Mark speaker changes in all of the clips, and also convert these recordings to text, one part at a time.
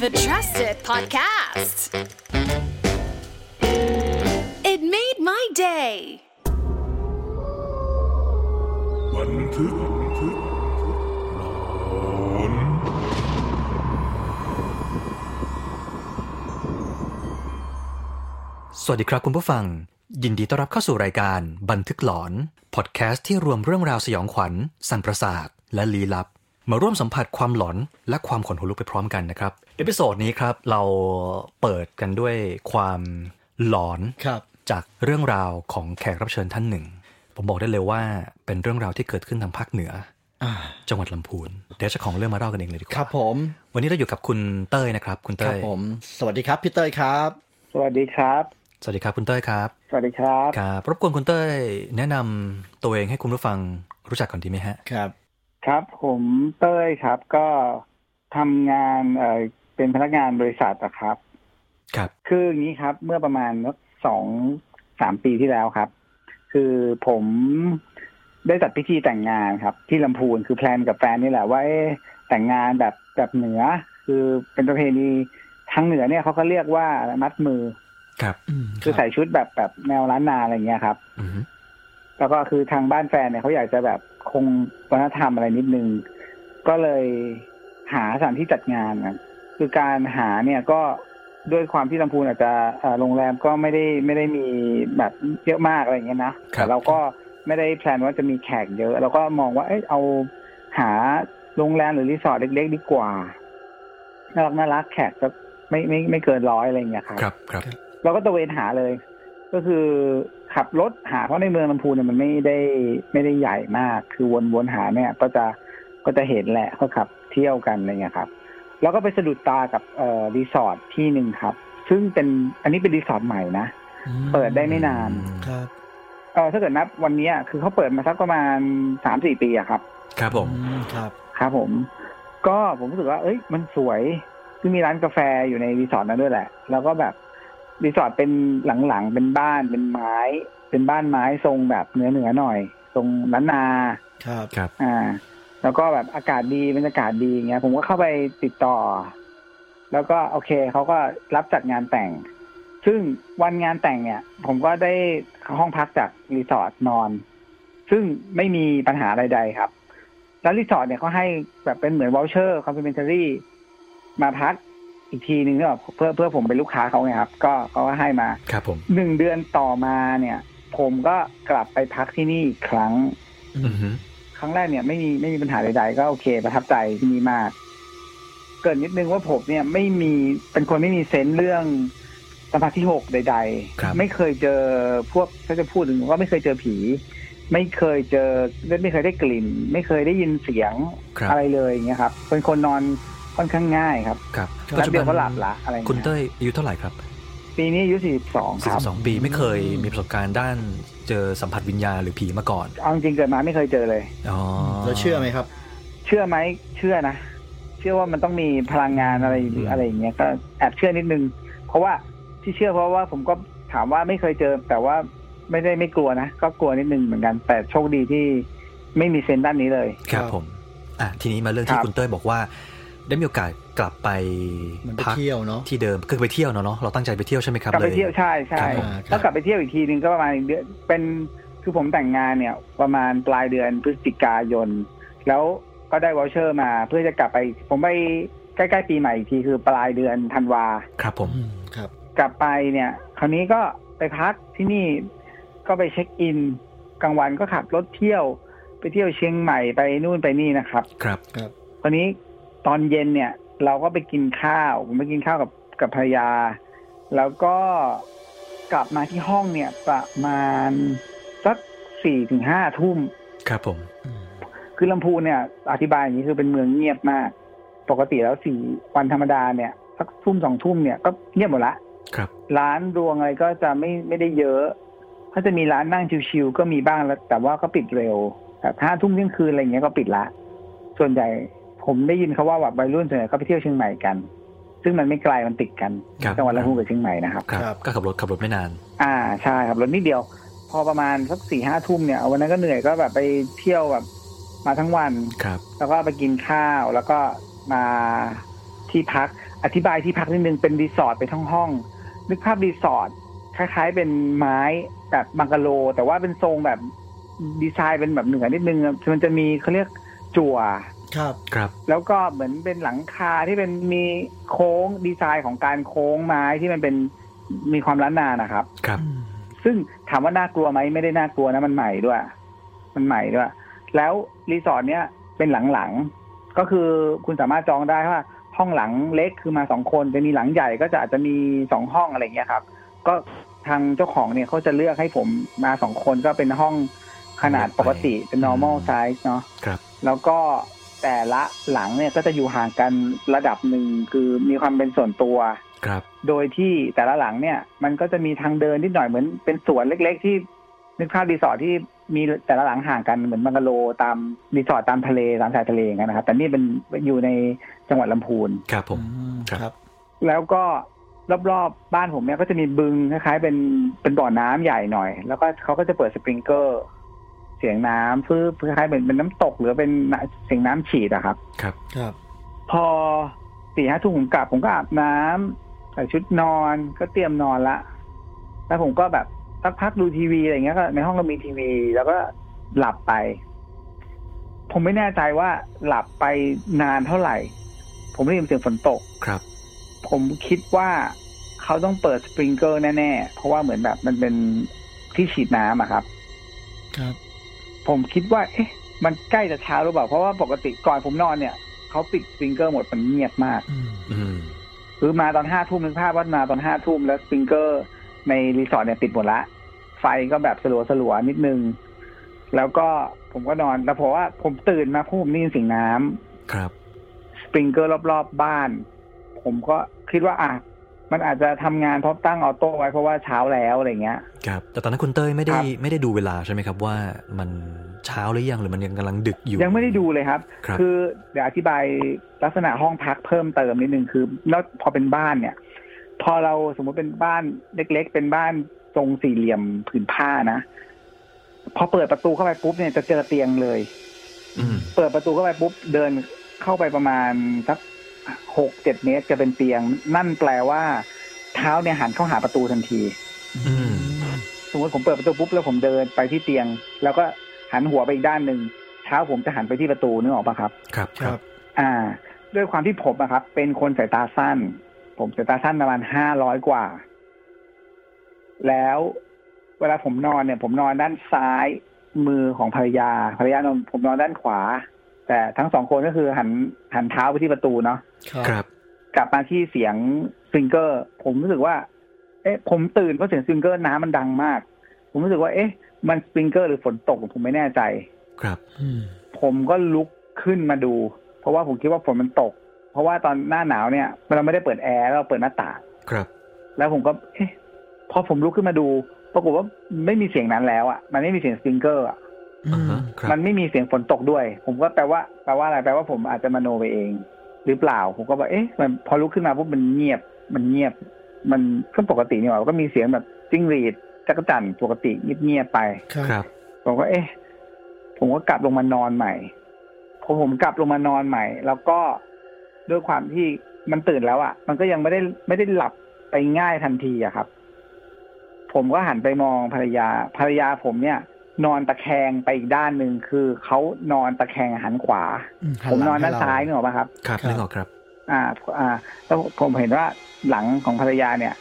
Speaker 1: the Trust It podcast. It made my day.
Speaker 2: บันทึกบันทึกหลอน
Speaker 3: สวัสดีครับคุณผู้ฟัง ยินดีต้อนรับเข้าสู่รายการบันทึกหลอน พอดแคสต์ที่รวมเรื่องราวสยองขวัญ สั่นประสาท และลี้ลับ มาร่วมสัมผัสความหลอนและความขนหัวลุกไปพร้อมกันนะครับ เอพิโซดนี้ครับ เราเปิดกันด้วยความหลอน
Speaker 4: ครับ
Speaker 3: จากเรื่องราวของแขกรับเชิญท่านหนึ่ง ผมบอกได้เลยว่าเป็นเรื่องราวที่เกิดขึ้นทางภาคเหนือ
Speaker 4: อ่า
Speaker 3: จังหวัดลำพูนเดี๋ยวเจ้าของเรื่องมาเล่ากันเองเลยดีกว่า
Speaker 4: ครับผม
Speaker 3: วันนี้เราอยู่กับคุณเต้ยนะครับ คุณ
Speaker 4: ค
Speaker 3: เต้
Speaker 4: รับ
Speaker 3: ย
Speaker 4: ผม สวัสดีครับพี่เต้ยครับ
Speaker 5: สวัสดีครับ
Speaker 3: สวัสดีครับคุณเต้ยครับ
Speaker 5: สวัสดีครับ
Speaker 3: ครับรบกวนคุณเต้ยแนะนำตัวเองให้คุณผู้ฟังรู้จักก่อนดีไหมฮะ
Speaker 4: ครับ
Speaker 5: ครับ ผมเต้ยครับ ก็ทำงานเอ่อเป็นพนักงานบริษัทอะครับ
Speaker 3: ครับ
Speaker 5: คืออย่างนี้ครับ เมื่อประมาณสักสองสามปีที่แล้วครับ คือผมได้จัดพิธีแต่งงานครับ ที่ลำพูนคือแพลนกับแฟนนี่แหละว่าเอ๊ะแต่งงานแบบแบบเหนือ คือเป็นประเพณีทางเหนือเนี่ยเขาก็เรียกว่ามัดมือ
Speaker 3: ครับ
Speaker 5: คือใส่ชุดแบบแบบแนวล้านนาอะไรอย่างเงี้ยครับ
Speaker 3: อือฮึ
Speaker 5: แล้วก็คือทางบ้านแฟนเนี่ยเขาอยากจะแบบคงวัฒนธรรมอะไรนิดนึง ก็เลยหาสถานที่จัดงานนะคือการหาเนี่ยก็ด้วยความที่ลำพูนอาจจะเอ่อโรงแรมก็ไม่ได้ไม่ได้มีแบบเยอะมากอะไรอย่างเงี้ยนะแต่เราก็ไม่ได้แพลนว่าจะมีแขกเยอะ เราก็มองว่าเอยเอาหาโรงแรมหรือรีสอร์ทเล็ก ๆ ดีกว่าน่ารักน่ารักแขกก็ไม่ไม่ไม่เกินร้อยอะไรอย่างเงี้ยครับ
Speaker 3: ครับครับ
Speaker 5: เราก็ตระเวนหาเลย ก็คือขับรถหาเพราะในเมืองลำพูนเนี่ยมันไม่ได้ไม่ได้ใหญ่มาก คือวนวนหาเนี่ยก็จะก็จะเห็นแหละเขาขับเที่ยวกันอะไรเงี้ยครับ แล้วก็ไปสะดุดตากับเอ่อรีสอร์ทที่หนึ่งครับ ซึ่งเป็นอันนี้เป็นรีสอร์ทใหม่นะ เปิดได้ไม่นาน
Speaker 4: ครับ
Speaker 5: เออถ้าเกิดนับวันเนี้ยคือเขาเปิดมาสักประมาณสามสี่ปีอะครับ
Speaker 3: ครับผม
Speaker 4: อืมครับ
Speaker 5: ครับผม ก็ผมรู้สึกว่า เอ้ย มันสวยคือมีร้านกาแฟอยู่ในรีสอร์ทนั้นด้วยแหละ แล้วก็แบบรีสอร์ทเป็นหลังๆ เป็นบ้าน เป็นไม้ เป็นบ้านไม้ทรงแบบเหนือเหนือๆหน่อย ทรงล้านนา
Speaker 4: ครับ
Speaker 3: ครับ
Speaker 5: อ่า แล้วก็แบบอากาศดีบรรยากาศดีอย่างเงี้ย ผมก็เข้าไปติดต่อ แล้วก็โอเคเขาก็รับจัดงานแต่ง ซึ่งวันงานแต่งเนี่ย ผมก็ได้ห้องพักจากรีสอร์ทนอน ซึ่งไม่มีปัญหาใดๆครับ แล้วรีสอร์ทเนี่ยเขาให้แบบเป็นเหมือนวอลเชอร์คอมพลเมนทารีมาพักอีกทีหนึ่งเพื่อเพื่อเพื่อผมเป็นลูกค้าเขาไงครับ ก็เขาก็ให้มา
Speaker 3: ครับผม
Speaker 5: หนึ่งเดือนต่อมาเนี่ย ผมก็กลับไปพักที่นี่อีกครั้ง
Speaker 3: อือฮึ
Speaker 5: ครั้งแรกเนี่ยไม่มีไม่มีปัญหาใดๆ ก็โอเคประทับใจที่นี่มาก เกริดนิดนึงว่าผมเนี่ยไม่มีเป็นคนไม่มีเซนส์เรื่องสัมผัสที่หกใด
Speaker 3: ครับ
Speaker 5: ๆ ไม่เคยเจอพวกถ้าจะพูดถึงว่าไม่เคยเจอผี ไม่เคยเจอไม่เคยได้กลิ่น ไม่เคยได้ยินเสียง
Speaker 3: ครับ
Speaker 5: อะไรเลยอย่างเงี้ยครับเป็นคนนอนค่อนข้างง่ายครับ
Speaker 3: ครับ
Speaker 4: ครับ
Speaker 5: แล้วเดียวก็หลับละอะไรงี้
Speaker 3: คุณเต้ยอายุเท่าไหร่ครับ
Speaker 5: ปีนี้อายุ42ครับ
Speaker 3: 42ปีไม่เคยมีประสบการณ์ด้านเจอสัมผัสวิญญาณหรือผีมาก่อน
Speaker 5: เอาจริงๆเกิดมาไม่เคยเจอเลย
Speaker 3: อ๋อ
Speaker 4: เราเชื่อไหมครับ
Speaker 5: เชื่อไหมเชื่อนะ เชื่อว่ามันต้องมีพลังงานอะไรหรืออะไรอย่างเงี้ยก็แอบเชื่อนิดนึง เพราะว่าที่เชื่อเพราะว่าผมก็ถามว่าไม่เคยเจอ แต่ว่าไม่ได้ไม่กลัวนะก็กลัวนิดนึงเหมือนกัน แต่โชคดีที่ไม่มีเซนส์ด้านนี้เลย
Speaker 3: ครับผม อ่ะทีนี้มาเรื่องที่
Speaker 5: ครับ
Speaker 3: คุณเต้ยบอกว่า ได้มีโอกาสกลับไป
Speaker 4: มันไป
Speaker 3: พัก
Speaker 4: เที่ยวเนาะ
Speaker 3: ที่เดิมคือไปเที่ยวเนอะเนาะเราตั้งใจไปเที่ยวใช่ไหมครับ
Speaker 5: กลับ
Speaker 3: เล
Speaker 5: ไป
Speaker 3: ย
Speaker 5: เที่ยวใช่ใช่
Speaker 3: ครับผม
Speaker 4: ครับ
Speaker 5: แล้วกลับไปเที่ยวอีกทีนึงก็ประมาณเดือนเป็นคือผมแต่งงานเนี่ย ประมาณปลายเดือนพฤศจิกายน แล้วก็ได้วอลเชอร์มา เพื่อจะกลับไป ผมไปใกล้ๆปีใหม่อีกทีคือปลายเดือนธันวา
Speaker 3: ครับผม
Speaker 4: อืมครับ
Speaker 5: กลับไปเนี่ย คราวนี้ก็ไปพักที่นี่ก็ไปเช็คอินกลางวันก็ขับรถเที่ยว ไปเที่ยวเชียงใหม่ไปนู่นไปนี่นะครับ
Speaker 3: ครับ
Speaker 4: ครับ
Speaker 5: คราวนี้ตอนเย็นเนี่ย เราก็ไปกินข้าวผมไปกินข้าวกับกับภรรยา แล้วก็กลับมาที่ห้องเนี่ย ประมาณสักสี่ถึงห้าทุ่ม
Speaker 3: ครับผม
Speaker 4: อืม
Speaker 5: คือลำพูนเนี่ย อธิบายอย่างนี้คือเป็นเมืองเงียบมาก ปกติแล้วสี่วันธรรมดาเนี่ยสักทุ่มสองทุ่มเนี่ยก็เงียบหมดละ
Speaker 3: ครับ
Speaker 5: ร้านรวงอะไรก็จะไม่ไม่ได้เยอะ ถ้าจะมีร้านนั่งชิวๆก็มีบ้างแล้วแต่ว่าก็ปิดเร็วแบบห้าทุ่มเที่ยงคืนอะไรเงี้ยก็ปิดละ ส่วนใหญ่ผมได้ยินเขาว่าแบบวัยรุ่นส่วนใหญ่ก็ไปเที่ยวเชียงใหม่กัน ซึ่งมันไม่ไกลมันติดกัน
Speaker 3: ครับ
Speaker 5: จังหวัดลำพูนกับเชียงใหม่นะครับ
Speaker 3: ครับ ก็ขับรถขับรถไม่นาน
Speaker 5: อ่าใช่ครับรถนิดเดียว พอประมาณสักสี่ห้าทุ่มเนี่ยวันนั้นก็เหนื่อยก็แบบไปเที่ยวแบบมาทั้งวัน
Speaker 3: ครับ
Speaker 5: แล้วก็ไปกินข้าวแล้วก็มาที่พัก อธิบายที่พักนิดนึงเป็นรีสอร์ทเป็นห้องห้องๆนึกภาพรีสอร์ทคล้ายๆ เป็นไม้แบบบังกะโล แต่ว่าเป็นทรงแบบดีไซน์เป็นแบบเหนือนิดนึงมันจะมีเขาเรียกจั่ว
Speaker 4: ครับ
Speaker 3: ครับ
Speaker 5: แล้วก็เหมือนเป็นหลังคาที่เป็นมีโค้งดีไซน์ของการโค้งไม้ที่มันเป็นมีความล้านนานะครับ
Speaker 3: ครับ
Speaker 5: ซึ่งถามว่าน่ากลัวไหมไม่ได้น่ากลัวนะมันใหม่ด้วย มันใหม่ด้วย แล้วรีสอร์ทเนี้ยเป็นหลังๆก็คือคุณสามารถจองได้ว่าห้องหลังเล็กคือมาสองคนจะมีหลังใหญ่ก็จะอาจจะมีสองห้องอะไรเงี้ยครับ ก็ทางเจ้าของเนี่ยเขาจะเลือกให้ผมมาสองคนก็เป็นห้องขนาดปกติเป็น normal size เนาะ
Speaker 3: ครับ
Speaker 5: แล้วก็แต่ละหลังเนี่ยก็จะอยู่ห่างกันระดับหนึ่งคือมีความเป็นส่วนตัว
Speaker 3: ครับ
Speaker 5: โดยที่แต่ละหลังเนี่ย มันก็จะมีทางเดินนิดหน่อยเหมือนเป็นสวนเล็ก ๆ ที่นึกภาพรีสอร์ทที่มีแต่ละหลังห่างกันเหมือนบังกะโลตามรีสอร์ทตามทะเลตามชายทะเลอย่างเงี้ยนะครับ แต่นี่เป็นอยู่ในจังหวัดลำพูน
Speaker 3: ครับผม ค
Speaker 4: ครับ รับ
Speaker 5: แล้วก็รอบๆบบ้านผมเนี่ยก็จะมีบึงคล้ายๆเป็นเป็นบ่อน้ำใหญ่หน่อย แล้วก็เขาก็จะเปิดสปริงเกอร์ เสียงน้ำฟื้นคล้ายๆเป็นเป็นน้ำตกหรือเป็นเสียงน้ำฉีดอะครับ
Speaker 3: ครับ
Speaker 4: ครับ
Speaker 5: พอสี่ห้าทุ่มผมกลับผมก็อาบน้ำใส่ชุดนอนก็เตรียมนอนละ แล้วผมก็แบบสักพักดูทีวีอะไรเงี้ยก็ในห้องเรามีทีวี แล้วก็หลับไป ผมไม่แน่ใจว่าหลับไปนานเท่าไหร่ ผมได้ยินเสียงฝนตก
Speaker 3: ครับ
Speaker 5: ผมคิดว่าเขาต้องเปิดสปริงเกอร์แน่ๆ เพราะว่าเหมือนแบบมันเป็นที่ฉีดน้ำอะครับ
Speaker 4: ครับ
Speaker 5: ผมคิดว่า เอ๊ะ มันใกล้จะเช้าหรือเปล่า เพราะว่าปกติก่อนผมนอนเนี่ยเขาปิดสปริงเกอร์หมดมันเงียบมาก
Speaker 4: อืม
Speaker 3: อืม
Speaker 5: คือมาตอนห้าทุ่มนึกภาพว่ามาตอนห้าทุ่มแล้วสปริงเกอร์ในรีสอร์ทเนี่ยปิดหมดละ ไฟก็แบบสลัวสลัวๆนิดนึง แล้วก็ผมก็นอนแล้วเพราะว่าผมตื่นมาเพราะผมได้ยินเสียงน้ำ
Speaker 3: ครับ
Speaker 5: สปริงเกอร์รอบๆบบ้าน ผมก็คิดว่าอ่ะมันอาจจะทำงานเพราะตั้งออโต้ไว้เพราะว่าเช้าแล้วอะไรเงี้ย
Speaker 3: ครับแต่ตอนนั้นคุณเต้ยไม่ได้
Speaker 5: ครับ
Speaker 3: ไม่ได้ดูเวลาใช่ไหมครับว่ามันเช้าหรือยังหรือมันยังกำลังดึกอยู่
Speaker 5: ยังไม่ได้ดูเลยครับ
Speaker 3: ครับ
Speaker 5: คือเดี๋ยวอธิบายลักษณะห้องพักเพิ่มเติมนิดนึงคือนอกพอเป็นบ้านเนี่ย พอเราสมมุติเป็นบ้านเล็ก ๆ เป็นบ้านทรงสี่เหลี่ยมผืนผ้านะพอเปิดประตูเข้าไปปุ๊บเนี่ยจะเจอเตียงเลย
Speaker 3: อืม
Speaker 5: เปิดประตูเข้าไปปุ๊บเดินเข้าไปประมาณสักหกเจ็ดเมตรจะเป็นเตียง นั่นแปลว่า เท้าเนี่ยหันเข้าหาประตูทันที
Speaker 3: อืม
Speaker 5: สมมติผมเปิดประตูปุ๊บแล้วผมเดินไปที่เตียง แล้วก็หันหัวไปอีกด้านหนึ่งเท้าผมจะหันไปที่ประตูนึกออกปะครับ
Speaker 3: ครับ
Speaker 4: ค
Speaker 3: ค
Speaker 4: รั
Speaker 3: รั
Speaker 4: บบ
Speaker 5: อ่า ด้วยความที่ผมนะครับ เป็นคนสายตาสั้น ผมสายตาสั้นประมาณห้าร้อยกว่า แล้วเวลาผมนอนเนี่ย ผมนอนด้านซ้ายมือของภรรยา ภรรยานอนผมนอนด้านขวา แต่ทั้งสองคนก็คือหันหันเท้าไปที่ประตูเนาะ
Speaker 3: ครับ
Speaker 5: กลับมาที่เสียงซิงเกอร์ ผมรู้สึกว่า เอ๊ะ ผมตื่นเพราะเสียงซิงเกอร์น้ำมันดังมาก ผมรู้สึกว่าเอ๊ะ มันซิงเกอร์หรือฝนตกผมไม่แน่ใจ
Speaker 3: ครับ
Speaker 4: อืม
Speaker 5: ผมก็ลุกขึ้นมาดู เพราะว่าผมคิดว่าฝนมันตก เพราะว่าตอนหน้าหนาวเนี่ยเราไม่ได้เปิดแอร์เราเปิดหน้าต่าง
Speaker 3: ครับ
Speaker 5: แล้วผมก็เอ๊ะพอผมลุกขึ้นมาดู ปรากฏว่าไม่มีเสียงนั้นแล้วอ่ะมันไม่มีเสียงสปริงเกอร์อ่ะ
Speaker 4: อื
Speaker 3: อ่าม ฮะครับ
Speaker 5: มันไม่มีเสียงฝนตกด้วย ผมก็แปลว่าแปลว่าอะไรแปลว่าผมอาจจะมโนไปเอง หรือเปล่า ผมก็บอกเอ๊ะมันพอลุกขึ้นมาปุ๊บมันเงียบ มันเงียบ มันก็ปกตินี่หว่าก็มีเสียงแบบจิ้งหรีดจักรจั่นปกติเงียบๆไป
Speaker 4: ครับ
Speaker 3: ครับ
Speaker 5: ผมก็เอ๊ะ ผมก็กลับลงมานอนใหม่พอผมกลับลงมานอนใหม่ แล้วก็ด้วยความที่มันตื่นแล้วอะ่ะ มันก็ยังไม่ได้ไม่ได้หลับไปง่ายทันทีอะครับ ผมก็หันไปมองภรรยา ภรรยาผมเนี่ย นอนตะแคงไปอีกด้านหนึ่งคือเขานอนตะแคงหันขวา
Speaker 4: อืหั
Speaker 5: ผม
Speaker 4: หลัง
Speaker 5: นอนด้าน
Speaker 4: ให้เร
Speaker 5: ซ้ายนึกออกปะครับ
Speaker 3: ครับ
Speaker 4: ครับ
Speaker 3: นึกออกครับ
Speaker 5: อ่าอ่าแล้วผมเห็นว่าหลังของภรรยาเนี่ย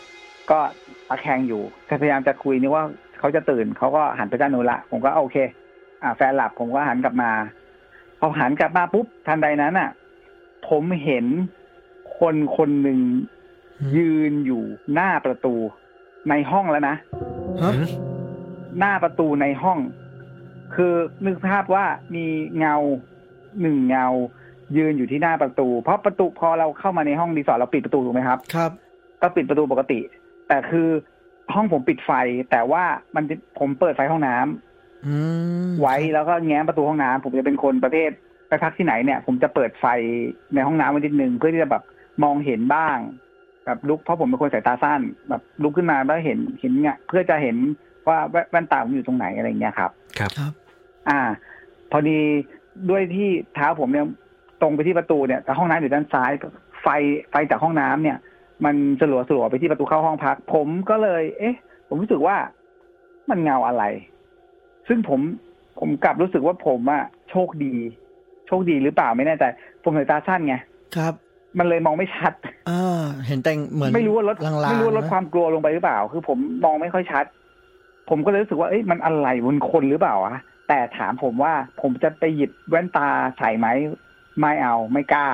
Speaker 5: ก็ตะแคงอยู่พยายามจะคุยนึกว่าเขาจะตื่นเขาก็หันไปด้านนู้นละผมก็โอเค อ่า แฟนหลับผมก็หันกลับมาพอหันกลับมาปุ๊บทันใดนั้นอ่ะ ผมเห็นคนคนหนึ่งยืนอยู่หน้าประตูในห้องแล้วนะ
Speaker 4: ฮะ
Speaker 3: อืม
Speaker 5: หน้าประตูในห้อง คือนึกภาพว่ามีเงาหนึ่งเงา ยืนอยู่ที่หน้าประตู เพราะประตูพอเราเข้ามาในห้องรีสอร์ทเราปิดประตูถูกไหมครับ
Speaker 4: ครับ
Speaker 5: ก็ปิดประตูปกติ แต่คือห้องผมปิดไฟ แต่ว่ามันผมเปิดไฟห้องน้ำ
Speaker 4: อืม
Speaker 5: ไว้แล้วก็แง้มประตูห้องน้ำผมจะเป็นคนประเภทไปพักที่ไหนเนี่ย ผมจะเปิดไฟในห้องน้ำไว้นิดนึงเพื่อที่จะแบบมองเห็นบ้าง แบบลุกเพราะผมเป็นคนสายตาสั้น แบบลุกขึ้นมาแล้วเห็นเห็นเงเพื่อจะเห็นว่าแว่นแว่นตาผมอยู่ตรงไหนอะไรอย่างเงี้ยครับ
Speaker 4: ครับ
Speaker 5: อ่า พอดีด้วยที่เท้าผมเนี่ยตรงไปที่ประตูเนี่ยแต่ห้องน้ำอยู่ด้านซ้ายไฟ ไฟไฟจากห้องน้ำเนี่ย มันสลัวสลัวๆไปที่ประตูเข้าห้องพัก ผมก็เลย เอ๊ะ ผมรู้สึกว่ามันเงาอะไร ซึ่งผมผมกลับรู้สึกว่าผมอะโชคดี โชคดีหรือเปล่าไม่แน่ใจผมสายตาสั้นไง
Speaker 4: ครับ
Speaker 5: มันเลยมองไม่ชัด
Speaker 4: อ่าเห็นแต่งเหมือน
Speaker 5: ไม่รู้ว่าลด
Speaker 4: ลางๆ
Speaker 5: ไม่รู้ว่าลด
Speaker 4: นะ
Speaker 5: ความกลัวลงไปหรือเปล่า คือผมมองไม่ค่อยชัด ผมก็เลยรู้สึกว่าเอ้ยมันอะไรบนคนหรือเปล่าวะแต่ถามผมว่าผมจะไปหยิบแว่นตาใส่ไหมไม่เอาไม่กล้า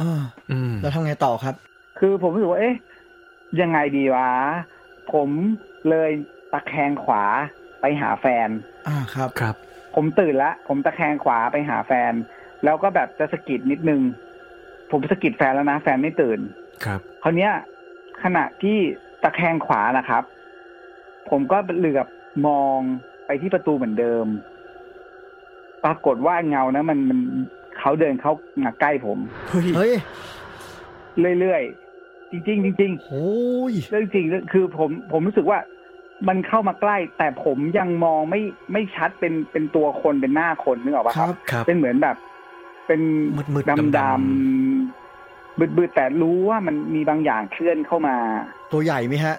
Speaker 4: อ่า
Speaker 3: อืม
Speaker 4: แล้วทำไงต่อครับ
Speaker 5: คือผมรู้สึกว่าเอ๊ะยังไงดีวะ ผมเลยตะแคงขวาไปหาแฟน
Speaker 4: อ่าครับ
Speaker 3: ครับ
Speaker 5: ผมตื่นละผมตะแคงขวาไปหาแฟน แล้วก็แบบจะสะกิดนิดนึง ผมสะกิดแฟนแล้วนะ แฟนไม่ตื่น
Speaker 3: ครับ
Speaker 5: คราวเนี้ยขณะที่ตะแคงขวานะครับ ผมก็เหลือบมองไปที่ประตูเหมือนเดิม ปรากฏว่าเงานะมันมันเขาเดินเข้ามาใกล้ผม
Speaker 3: เฮ้ย
Speaker 4: เฮ้ย
Speaker 5: เรื่อยๆจริงๆจริง
Speaker 4: โอ้ย
Speaker 5: ๆเรื่องจริงคือผมผมรู้สึกว่ามันเข้ามาใกล้ แต่ผมยังมองไม่ไม่ชัดเป็นเป็นตัวคนเป็นหน้าคนนึกออกปะ
Speaker 4: ค
Speaker 5: ค
Speaker 4: รั
Speaker 5: รับ
Speaker 4: บ
Speaker 3: ครับ
Speaker 5: เป็นเหมือนแบบ เป็น
Speaker 3: มืดๆ
Speaker 5: ดำ
Speaker 3: ดำ
Speaker 5: ๆบืดๆแต่รู้ว่ามันมีบางอย่างเคลื่อนเข้ามา
Speaker 4: ตัวใหญ่ไหมฮะ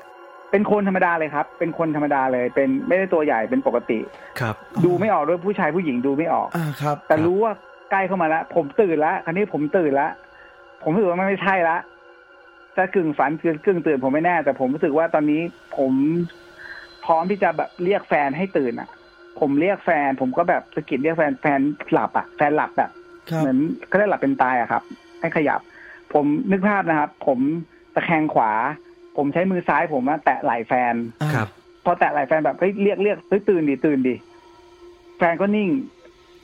Speaker 5: เป็นคนธรรมดาเลยครับ เป็นคนธรรมดาเลย เป็นไม่ได้ตัวใหญ่ เป็นปกติ
Speaker 3: ครับ
Speaker 4: อ๋อ
Speaker 5: ดูไม่ออกด้วยผู้ชายผู้หญิงดูไม่ออก
Speaker 4: อ่าครับ
Speaker 5: แต่รู้ว่าใกล้เข้ามาแล้ว ผมตื่นแล้วคราวนี้ผมตื่นแล้ว ผมรู้สึกว่ามันไม่ใช่ละจะกึ่งฝันคือกึ่งตื่นผมไม่แน่ แต่ผมรู้สึกว่าตอนนี้ผมพร้อมที่จะแบบเรียกแฟนให้ตื่นอ่ะ ผมเรียกแฟน ผมก็แบบสะกิดเรียกแฟน แฟนหลับอ่ะ แฟนหลับแบบ
Speaker 4: ครับ
Speaker 5: เหมือนก็ได้หลับเป็นตายอะครับ ให้ขยับ ผมนึกภาพนะครับ ผมตะแคงขวา ผมใช้มือซ้ายผมอะแตะไหล่แฟน
Speaker 4: อ่า
Speaker 3: ครับ
Speaker 5: พอแตะไหล่แฟนแบบเฮ้ยเรียกเรียกเฮ้ยตื่นดิตื่นดิแฟนก็นิ่ง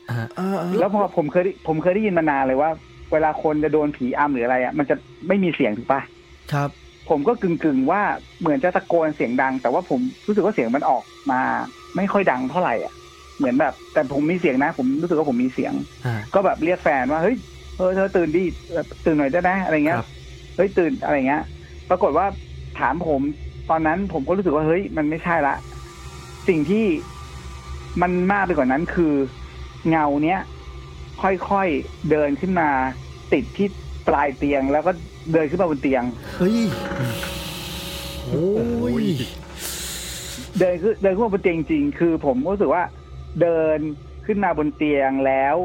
Speaker 4: อ่าอ่า
Speaker 5: แล้วพอผมเคยได้ผมเคยได้ยินมานานเลยว่า เวลาคนจะโดนผีอำหรืออะไรอะมันจะไม่มีเสียงถูกปะ
Speaker 4: ครับ
Speaker 5: ผมก็กึ่งกึ่งๆว่าเหมือนจะตะโกนเสียงดัง แต่ว่าผมรู้สึกว่าเสียงมันออกมา ไม่ค่อยดังเท่าไหร่อ่ะ เหมือนแบบ แต่ผมมีเสียงนะ ผมรู้สึกว่าผมมีเสียง
Speaker 3: อ่า
Speaker 5: ก็แบบเรียกแฟนว่าเฮ้ยเออเธอตื่นดิเออตื่นหน่อยได้ไหมอะไรเงี้ย
Speaker 3: ครับ
Speaker 5: เฮ้ยตื่นอะไรเงี้ย ปรากฏว่าถามผมตอนนั้นผมก็รู้สึกว่าเฮ้ยมันไม่ใช่ละ สิ่งที่มันมากไปกว่านั้นคือเงาเนี้ยค่อยๆเดินขึ้นมา ติดที่ปลายเตียง แล้วก็เดินขึ้นมาบนเตียง
Speaker 4: เฮ้ย โอ้ย
Speaker 5: เดินขึ้นเดินขึ้นมาบนเตียงจริงๆคือผมก็รู้สึกว่า เดินขึ้นมาบนเตียงแล้ว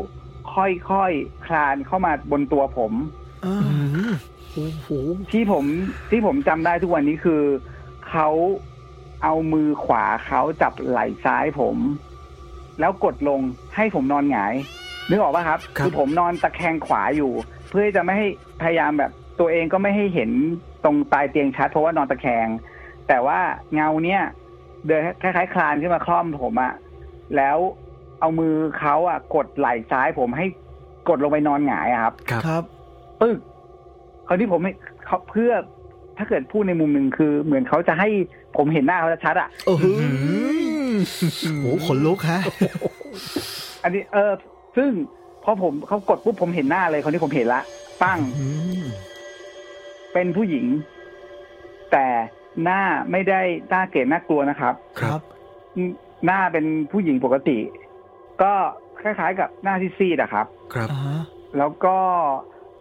Speaker 5: ค่อยๆคลานเข้ามาบนตัวผม
Speaker 4: อ่า
Speaker 3: อืม
Speaker 4: โอ้โห
Speaker 5: ที่ผมที่ผมจำได้ทุกวันนี้คือเขาเอามือขวาเขาจับไหล่ซ้ายผม แล้วกดลงให้ผมนอนหงายนึกออกปะครับ
Speaker 3: ครับ
Speaker 5: ผมนอนตะแคงขวาอยู่ เพื่อที่จะไม่ให้พยายามแบบ ตัวเองก็ไม่ให้เห็นตรงปลายเตียงชัดเพราะว่านอนตะแคง แต่ว่าเงาเนี่ย เดินคล้ายๆคลานขึ้นมาคล่อมผมอะแล้วเอามือเขาอะกดไหล่ซ้ายผมให้กดลงไปนอนหงายอะครับ
Speaker 3: ครับ
Speaker 4: ครับ
Speaker 5: ปึ๊กคราวนี้ผมให้เขาเพื่อถ้าเกิดพูดในมุมหนึ่งคือเหมือนเขาจะให้ผมเห็นหน้าเขาชัดๆอ่ะ
Speaker 4: โอ้โหโอ้โหขนลุกฮะ
Speaker 5: อันนี้เออ ซึ่งพอผมเขากดปุ๊บผมเห็นหน้าเลยคราวนี้ผมเห็นละปั้ง
Speaker 4: อืม
Speaker 5: เป็นผู้หญิง แต่หน้าไม่ได้หน้าเกลียดน่ากลัวนะครับ
Speaker 4: ครับ
Speaker 5: หน้าเป็นผู้หญิงปกติ ก็คล้ายๆกับหน้าที่ซีดอะครับ
Speaker 3: ครับ
Speaker 4: อ่า
Speaker 5: แล้วก็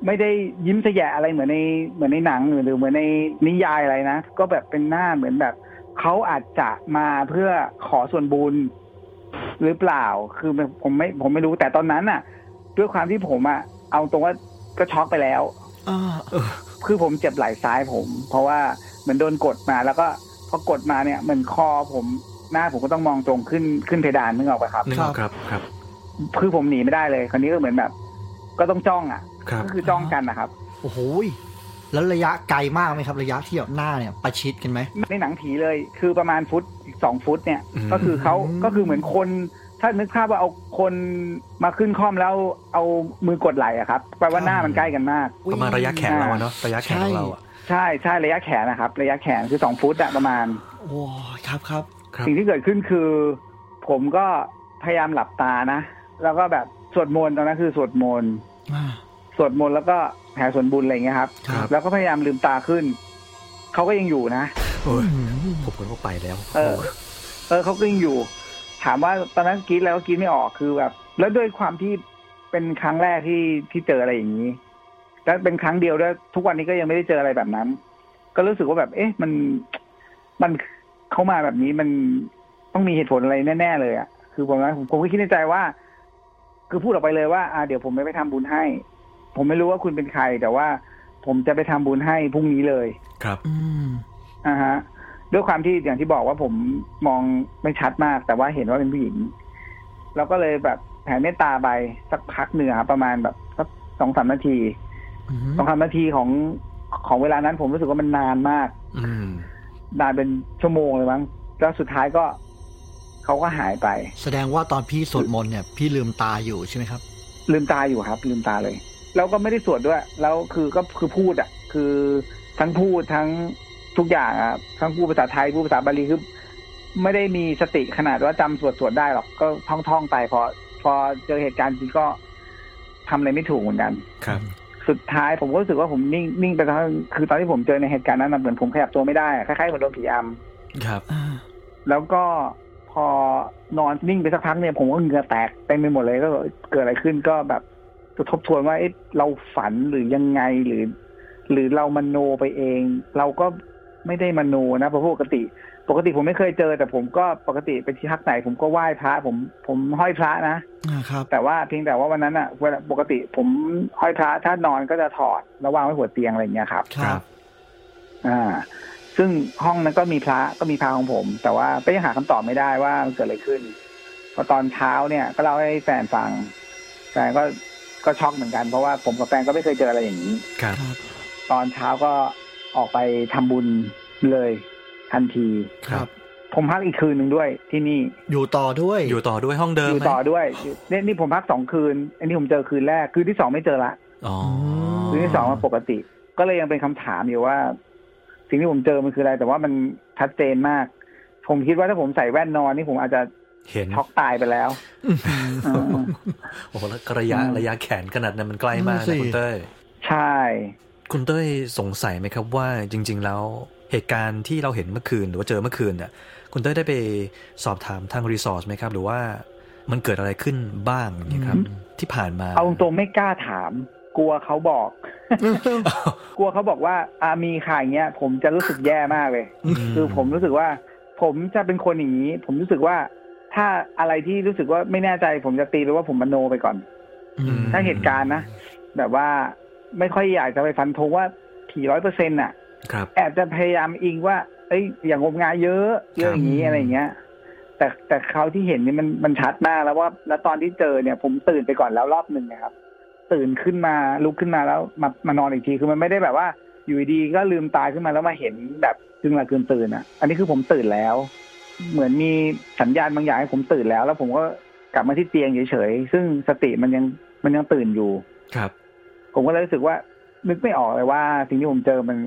Speaker 5: ไม่ได้ยิ้มแฉะอะไรเหมือนในเหมือนในหนังหรือหรือเหมือนในนิยายอะไรนะ ก็แบบเป็นหน้าเหมือนแบบเขาอาจจะมาเพื่อขอส่วนบุญหรือเปล่าคือผมไม่ผมไม่รู้แต่ตอนนั้นน่ะ ด้วยความที่ผมอะเอาตรงว่าก็ช็อกไปแล้ว
Speaker 4: อ่า
Speaker 5: คือผมเจ็บไหล่ซ้ายผม เพราะว่าเหมือนโดนกดมาแล้วก็พอกดมาเนี่ยเหมือนคอผมหน้าผมก็ต้องมองตรงขึ้นขึ้นเพดานนึกออกปะครับ
Speaker 3: นึกออกครับ ครับ
Speaker 5: คือผมหนีไม่ได้เลย คราวนี้ก็เหมือนแบบ ก็ต้องจ้องอ่ะ
Speaker 3: ครับ
Speaker 5: ก็คือจ้องกันนะครับ
Speaker 4: โอ้โหยแล้วระยะไกลมากไหมครับ ระยะที่แบบหน้าเนี่ย ประชิดกันไหม
Speaker 5: ในหนังผีเลยคือประมาณฟุตสองฟุตเนี่ย
Speaker 3: อืม
Speaker 5: ก็คือเขา
Speaker 4: อืม
Speaker 5: ก็คือเหมือนคน ถ้านึกภาพว่าเอาคนมาขึ้นคล่อมแล้วเอามือกดไหล่อะครับแปลว่าหน้ามันใกล้กันมาก
Speaker 3: ประมาณระยะแขนเราอะเนาะ ระยะแขนของเราอะ
Speaker 5: ใช่ใช่ระยะแขนนะครับ ระยะแขนคือสองฟุตอะประมาณ
Speaker 4: โอ้ยครับครับ
Speaker 3: ครับ
Speaker 5: สิ่งที่เกิดขึ้นคือ ผมก็พยายามหลับตานะ แล้วก็แบบสวดมนต์ตอนนั้นคือสวดมนต์
Speaker 4: อ่า
Speaker 5: สวดมนต์แล้วก็แผ่ส่วนบุญอะไรอย่างเงี้ยครับ
Speaker 4: ครับ
Speaker 5: แล้วก็พยายามลืมตาขึ้นเขาก็ยังอยู่นะ
Speaker 3: โอ้ย
Speaker 4: อืม
Speaker 3: ผมก็ไปแล้ว
Speaker 5: เออ เออเขาก็ยังอยู่ ถามว่าตอนนั้นกรีดแล้วก็กรีดไม่ออกคือแบบ แล้วด้วยความที่เป็นครั้งแรกที่ที่เจออะไรอย่างนี้ และเป็นครั้งเดียวด้วยทุกวันนี้ก็ยังไม่ได้เจออะไรแบบนั้น ก็รู้สึกว่าแบบ เอ๊ะ มันมันเข้ามาแบบนี้มันต้องมีเหตุผลอะไรแน่ๆเลยอะ่ะคือผมนะผมผมก็คิดในใจว่า คือพูดออกไปเลยว่าอ่าเดี๋ยวผมไม่ไปทำบุญให้ ผมไม่รู้ว่าคุณเป็นใคร แต่ว่าผมจะไปทำบุญให้พรุ่งนี้เลย
Speaker 3: ครับ
Speaker 4: อืม
Speaker 5: อ่าฮะด้วยความที่อย่างที่บอกว่าผมมองไม่ชัดมาก แต่ว่าเห็นว่าเป็นผู้หญิงเราก็เลยแบบแผ่เมตตาไปสักพักเหนือะครับประมาณแบบสักสองสามนาที
Speaker 4: อืม
Speaker 5: สองสามนาทีของของเวลานั้นผมรู้สึกว่ามันนานมาก
Speaker 3: อืม
Speaker 5: นานเป็นชั่วโมงเลยมั้งแล้วสุดท้ายก็เขาก็หายไป
Speaker 4: แสดงว่าตอนพี่สวดมนต์เนี่ย พี่ลืมตาอยู่ใช่ไหมครับ
Speaker 5: ลืมตาอยู่ครับ ลืมตาเลย แล้วก็ไม่ได้สวดด้วย แล้วคือก็คือพูดอ่ะ คือทั้งพูดทั้งทุกอย่างอ่ะทั้งพูดภาษาไทยพูดภาษาบาลีคือไม่ได้มีสติขนาดว่าจำสวดสวดได้หรอกก็ท่องท่องๆไปพอพอเจอเหตุการณ์จริงก็ทำอะไรไม่ถูกเหมือนกัน
Speaker 3: ครับ
Speaker 5: สุดท้ายผมก็รู้สึกว่าผมนิ่งนิ่งไปทั้งคือตอนที่ผมเจอในเหตุการณ์นั้นนะเหมือนผมขยับตัวไม่ได้อะคล้ายๆเหมือนโดนผีอำ
Speaker 3: ครับ
Speaker 4: อ่า
Speaker 5: แล้วก็พอนอนนิ่งไปสักพักเนี่ยผมก็เหงื่อแตกเต็มไปหมดเลยก็เกิดอะไรขึ้นก็แบบจะทบทวนว่าเอ๊ะเราฝันหรือยังไงหรือ หรือเรามโนไปเอง เราก็ไม่ได้มโนนะเพราะปกติ ปกติผมไม่เคยเจอ แต่ผมก็ปกติไปที่พักไหน ผมก็ไหว้พระผมผมห้อยพระนะ
Speaker 4: อ่าครับ
Speaker 5: แต่ว่าเพียงแต่ว่าวันนั้นอะเวลาปกติผมห้อยพระถ้านอนก็จะถอดแล้ววางไว้หัวเตียงอะไรอย่างเงี้ยครับ
Speaker 4: ครับ
Speaker 5: อ่า ซึ่งห้องนั้นก็มีพระก็มีพระของผม แต่ว่าก็ยังหาคำตอบไม่ได้ว่ามันเกิดอะไรขึ้นพอตอนเช้าเนี่ย ก็เล่าให้แฟนฟังแฟนก็ก็ช็อกเหมือนกันเพราะว่าผมกับแฟนก็ไม่เคยเจออะไรอย่างนี้
Speaker 3: ครับ
Speaker 4: ครับ
Speaker 5: ตอนเช้าก็ออกไปทำบุญเลยทันที
Speaker 4: ครับ
Speaker 5: ผมพักอีกคืนหนึ่งด้วยที่นี่
Speaker 4: อยู่ต่อด้วย
Speaker 3: อยู่ต่อด้วยห้องเดิม
Speaker 5: อยู่
Speaker 3: ไหม
Speaker 5: ต่อด้วยอยู่เนี่ยนี่ผมพักสองคืน อันนี้ผมเจอคืนแรกคืนที่สองไม่เจอละ
Speaker 3: อ๋อ
Speaker 5: คืนที่สองมาปกติ ก็เลยยังเป็นคำถามอยู่ว่า สิ่งที่ผมเจอมันคืออะไร แต่ว่ามันชัดเจนมาก ผมคิดว่าถ้าผมใส่แว่นนอนนี่ผมอาจจะ
Speaker 3: เห็น
Speaker 5: ช็อกตายไป แล้ว อืม
Speaker 3: โอ้โหแล้วระยะ
Speaker 5: อืม
Speaker 3: ระยะแขนขนาดนั้นมันใกล้มาก
Speaker 4: นั่นสิ
Speaker 3: นะคุณเต้ย
Speaker 5: ใช่
Speaker 3: คุณเต้ยสงสัยไหมครับว่าจริง ๆ แล้วเหตุการณ์ที่เราเห็นเมื่อคืนหรือว่าเจอเมื่อคืนเนี่ยคุณเต้ยได้ไปสอบถามทางรีสอร์ทไหมครับ หรือว่ามันเกิดอะไรขึ้นบ้างอย่างเงี้ยครับ ที่ผ่านมา
Speaker 5: เอาตรงๆไม่กล้าถาม กลัวเขาบอก กลัวเขาบอกว่าอามีค่ะอย่างเงี้ย ผมจะรู้สึกแย่มากเลย
Speaker 3: ม
Speaker 5: คือผมรู้สึกว่า ผมจะเป็นคนอย่างนี้ ผมรู้สึกว่า ถ้าอะไรที่รู้สึกว่าไม่แน่ใจ ผมจะตีเลยว่าผมมโนไปก่อน
Speaker 4: อืม
Speaker 5: ถ้าเหตุการณ์นะแบบว่าไม่ค่อยอยากจะไปฟันธงว่าผีร้อยเปอร์เซ็นต์อ่ะ
Speaker 3: ครับ
Speaker 5: แอบจะพยายามอิงว่า เอ้ย อย่างงมงายเยอะเยอะอย่างนี้
Speaker 4: ครับ
Speaker 5: อะไรอย่างเงี้ย แต่แต่เขาวที่เห็นนี่มันมันชัดมากแล้วว่า แล้วตอนที่เจอเนี่ย ผมตื่นไปก่อนแล้วรอบหนึ่งนะครับ ตื่นขึ้นมาลุกขึ้นมาแล้วมามานอนอีกทีคือมันไม่ได้แบบว่า อยู่ดีๆก็ลืมตาขึ้นมาแล้วมาเห็นแบบจึงหละกึ่งตื่นอ่ะ อันนี้คือผมตื่นแล้ว เหมือนมีสัญญาณบางอย่างให้ผมตื่นแล้ว แล้วผมก็กลับมาที่เตียงเฉยๆซึ่งสติมันยังมันยังตื่นอยู่
Speaker 3: ครับ
Speaker 5: ผมก็เลยรู้สึกว่า นึกไม่ออกเลยว่า สิ่งที่ผมเจอมัน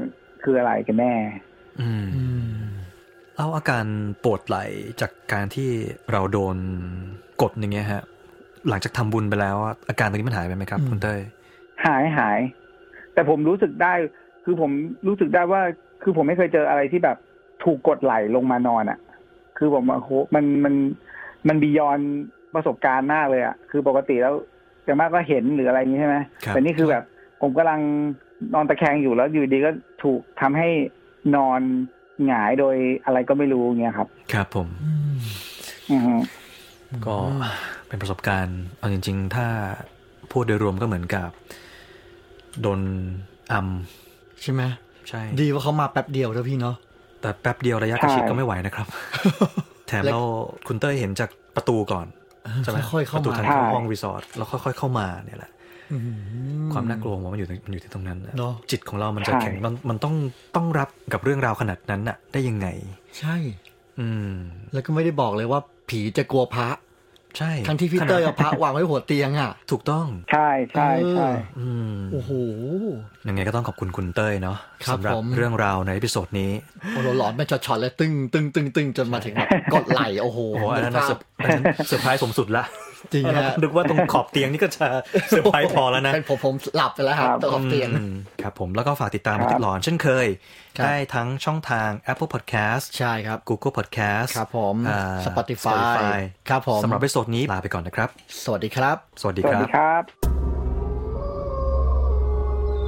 Speaker 5: คืออะไรกันแน่
Speaker 3: อืม
Speaker 4: อืม
Speaker 3: เอาอาการปวดไหล่จากการที่เราโดนกดอย่างเงี้ยฮะ หลังจากทำบุญไปแล้วอะอาการตรงนี้มันหายไปไหมครับ
Speaker 4: อืม
Speaker 3: คุณเต้ย
Speaker 5: หายหาย แต่ผมรู้สึกได้คือผมรู้สึกได้ว่าคือผมไม่เคยเจออะไรที่แบบถูกกดไหลลงมานอนอะ่ะ คือผมว่าโหมันมันมันบียอนประสบการณ์มากเลยอะ่ะ คือปกติแล้วจะมากก็เห็นหรืออะไรอย่างนี้ใช่ไหม
Speaker 3: ครับ
Speaker 5: แต่นี่คือแบบผมกำลังนอนตะแคงอยู่แล้วอยู่ดีก็ถูกทำให้นอนหงายโดยอะไรก็ไม่รู้เงี้ยครับ
Speaker 3: ครับผม
Speaker 4: อืม
Speaker 5: อือฮึ
Speaker 3: ก็เป็นประสบการณ์เอาจริง ๆ ถ้าพูดโดยรวมก็เหมือนกับ โดนอัม
Speaker 4: ใช่ไหม
Speaker 3: ใช่
Speaker 4: ดีว่าเขามาแป๊บเดียวแล้วพี่เนาะ
Speaker 3: แต่แป๊บเดียวระยะกระชิด
Speaker 5: ใช่
Speaker 3: ก็ไม่ไหวนะครับ แถม
Speaker 4: แล้ว
Speaker 3: เราคุณเต้ยเห็นจากประตูก่อนใช่ไหม
Speaker 4: ค่อย
Speaker 3: ป
Speaker 4: ๆเข้า
Speaker 3: ระตู
Speaker 4: มา
Speaker 3: ทางเข้าห้องรีสอร์ทแล้วค่อย ๆ เข้ามาเนี่ยแหละ
Speaker 4: อื
Speaker 3: ความน่ากลัวของมันมันอยู่ตรงมันอยู่ที่ตรงนั้นน่ะ
Speaker 4: เนาะ
Speaker 3: จิตของเรามันจะ
Speaker 5: ใช่
Speaker 3: แข็งมันมันต้องต้องรับกับเรื่องราวขนาดนั้นน่ะ ได้ยังไง
Speaker 4: ใช่
Speaker 3: อืม
Speaker 4: แล้วก็ไม่ได้บอกเลยว่าผีจะกลัวพระ
Speaker 3: ใช่
Speaker 4: ทั้งที่พี่
Speaker 3: ขนาด
Speaker 4: เต้ยเอาพระวางไว้หัวเตียงอ่ะ
Speaker 3: ถูกต้อง
Speaker 5: ใช่ใช่ใช่
Speaker 4: เออ
Speaker 3: อืม
Speaker 4: โอ้โห
Speaker 3: ยังไงก็ต้องขอบคุณคุณเต้ยเนาะ
Speaker 4: ครับ
Speaker 3: สำหรับ
Speaker 4: ผม
Speaker 3: เรื่องราวในพิโซดนี้
Speaker 4: โอ้โหหลอนเป็นช็อตๆเลยตึงตึงตึงตึงจนมาถึงแบบกดไหลโอ้โห
Speaker 3: โอ้โหอันนั้นน่ะเซอร์อันนั้นเซอร์ไพรส์สมสุดละ
Speaker 4: จริง
Speaker 3: อันนั้น
Speaker 4: ฮะ
Speaker 3: นึกว่าตรงขอบเตียงนี่ก็ จะเซอร์ไพรส์พอแล้วนะ
Speaker 4: เป็นผมผมหลับไปแล้วครับ
Speaker 5: ครับ
Speaker 4: ตกเตียง
Speaker 3: อืมครับผมแล้วก็ฝากติดตาม
Speaker 5: ครับ
Speaker 3: ติดหลอนเช่นเคย
Speaker 4: ครับ
Speaker 3: ได้ทั้งช่องทาง Apple Podcast
Speaker 4: ใช่ครับ
Speaker 3: Google Podcast
Speaker 4: ครับผม
Speaker 3: อ่า
Speaker 4: Spotify ครับผม
Speaker 3: สำหรับพิโซดนี้ลาไปก่อนนะครับ
Speaker 4: สวัสดีครับ
Speaker 3: สวัสดี
Speaker 5: สวั
Speaker 3: ค
Speaker 5: ส
Speaker 3: รับ
Speaker 5: ดีครับ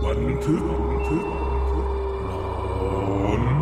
Speaker 2: บันทึกบันทึกบันทึกหลอน